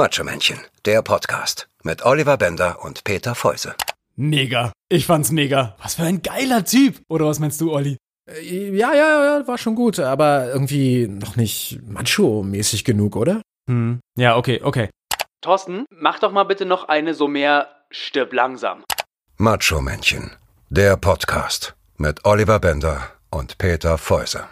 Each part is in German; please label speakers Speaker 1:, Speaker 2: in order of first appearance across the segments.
Speaker 1: Macho-Männchen, der Podcast mit Oliver Bender und Peter Feuse.
Speaker 2: Mega. Ich fand's mega. Was für ein geiler Typ. Oder was meinst du, Olli?
Speaker 3: Äh, Ja, ja, ja, war schon gut, aber irgendwie noch nicht macho-mäßig genug, oder?
Speaker 2: Hm. Ja, okay, okay.
Speaker 4: Thorsten, mach doch mal bitte noch eine so mehr stirb langsam.
Speaker 1: Macho-Männchen, der Podcast mit Oliver Bender und Peter Feuse.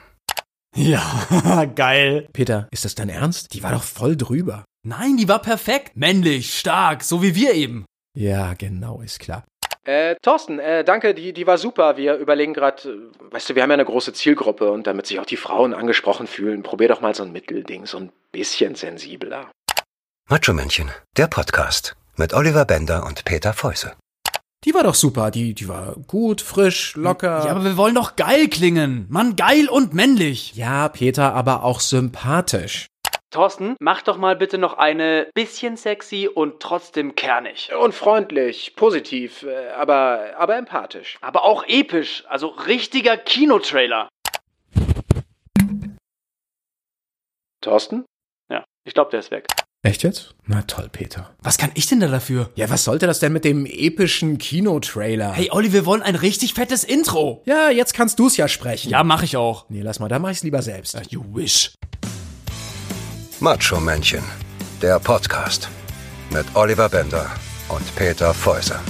Speaker 2: Ja, geil.
Speaker 3: Peter, ist das dein Ernst? Die war doch voll drüber.
Speaker 2: Nein, die war perfekt. Männlich, stark, so wie wir eben.
Speaker 3: Ja, genau, ist klar.
Speaker 5: Äh, Thorsten, äh, danke, die, die war super. Wir überlegen gerade, äh, weißt du, wir haben ja eine große Zielgruppe und damit sich auch die Frauen angesprochen fühlen, probier doch mal so ein Mittelding, so ein bisschen sensibler.
Speaker 1: Macho-Männchen, der Podcast mit Oliver Bender und Peter Feuse.
Speaker 3: Die war doch super, die, die war gut, frisch, locker.
Speaker 2: Ja, aber wir wollen doch geil klingen. Mann, geil und männlich.
Speaker 3: Ja, Peter, aber auch sympathisch.
Speaker 4: Thorsten, mach doch mal bitte noch eine bisschen sexy und trotzdem kernig.
Speaker 5: Und freundlich, positiv, äh, aber, aber empathisch.
Speaker 4: Aber auch episch, also richtiger Kinotrailer.
Speaker 5: Thorsten?
Speaker 4: Ja, ich glaube, der ist weg.
Speaker 3: Echt jetzt? Na toll, Peter.
Speaker 2: Was kann ich denn da dafür?
Speaker 3: Ja, was sollte das denn mit dem epischen Kinotrailer?
Speaker 2: Hey, Olli, wir wollen ein richtig fettes Intro.
Speaker 3: Ja, jetzt kannst du's ja sprechen.
Speaker 2: Ja, mach ich auch.
Speaker 3: Nee, lass mal, da mach ich's lieber selbst.
Speaker 2: You wish.
Speaker 1: Macho-Männchen, der Podcast mit Oliver Bender und Peter Feuse.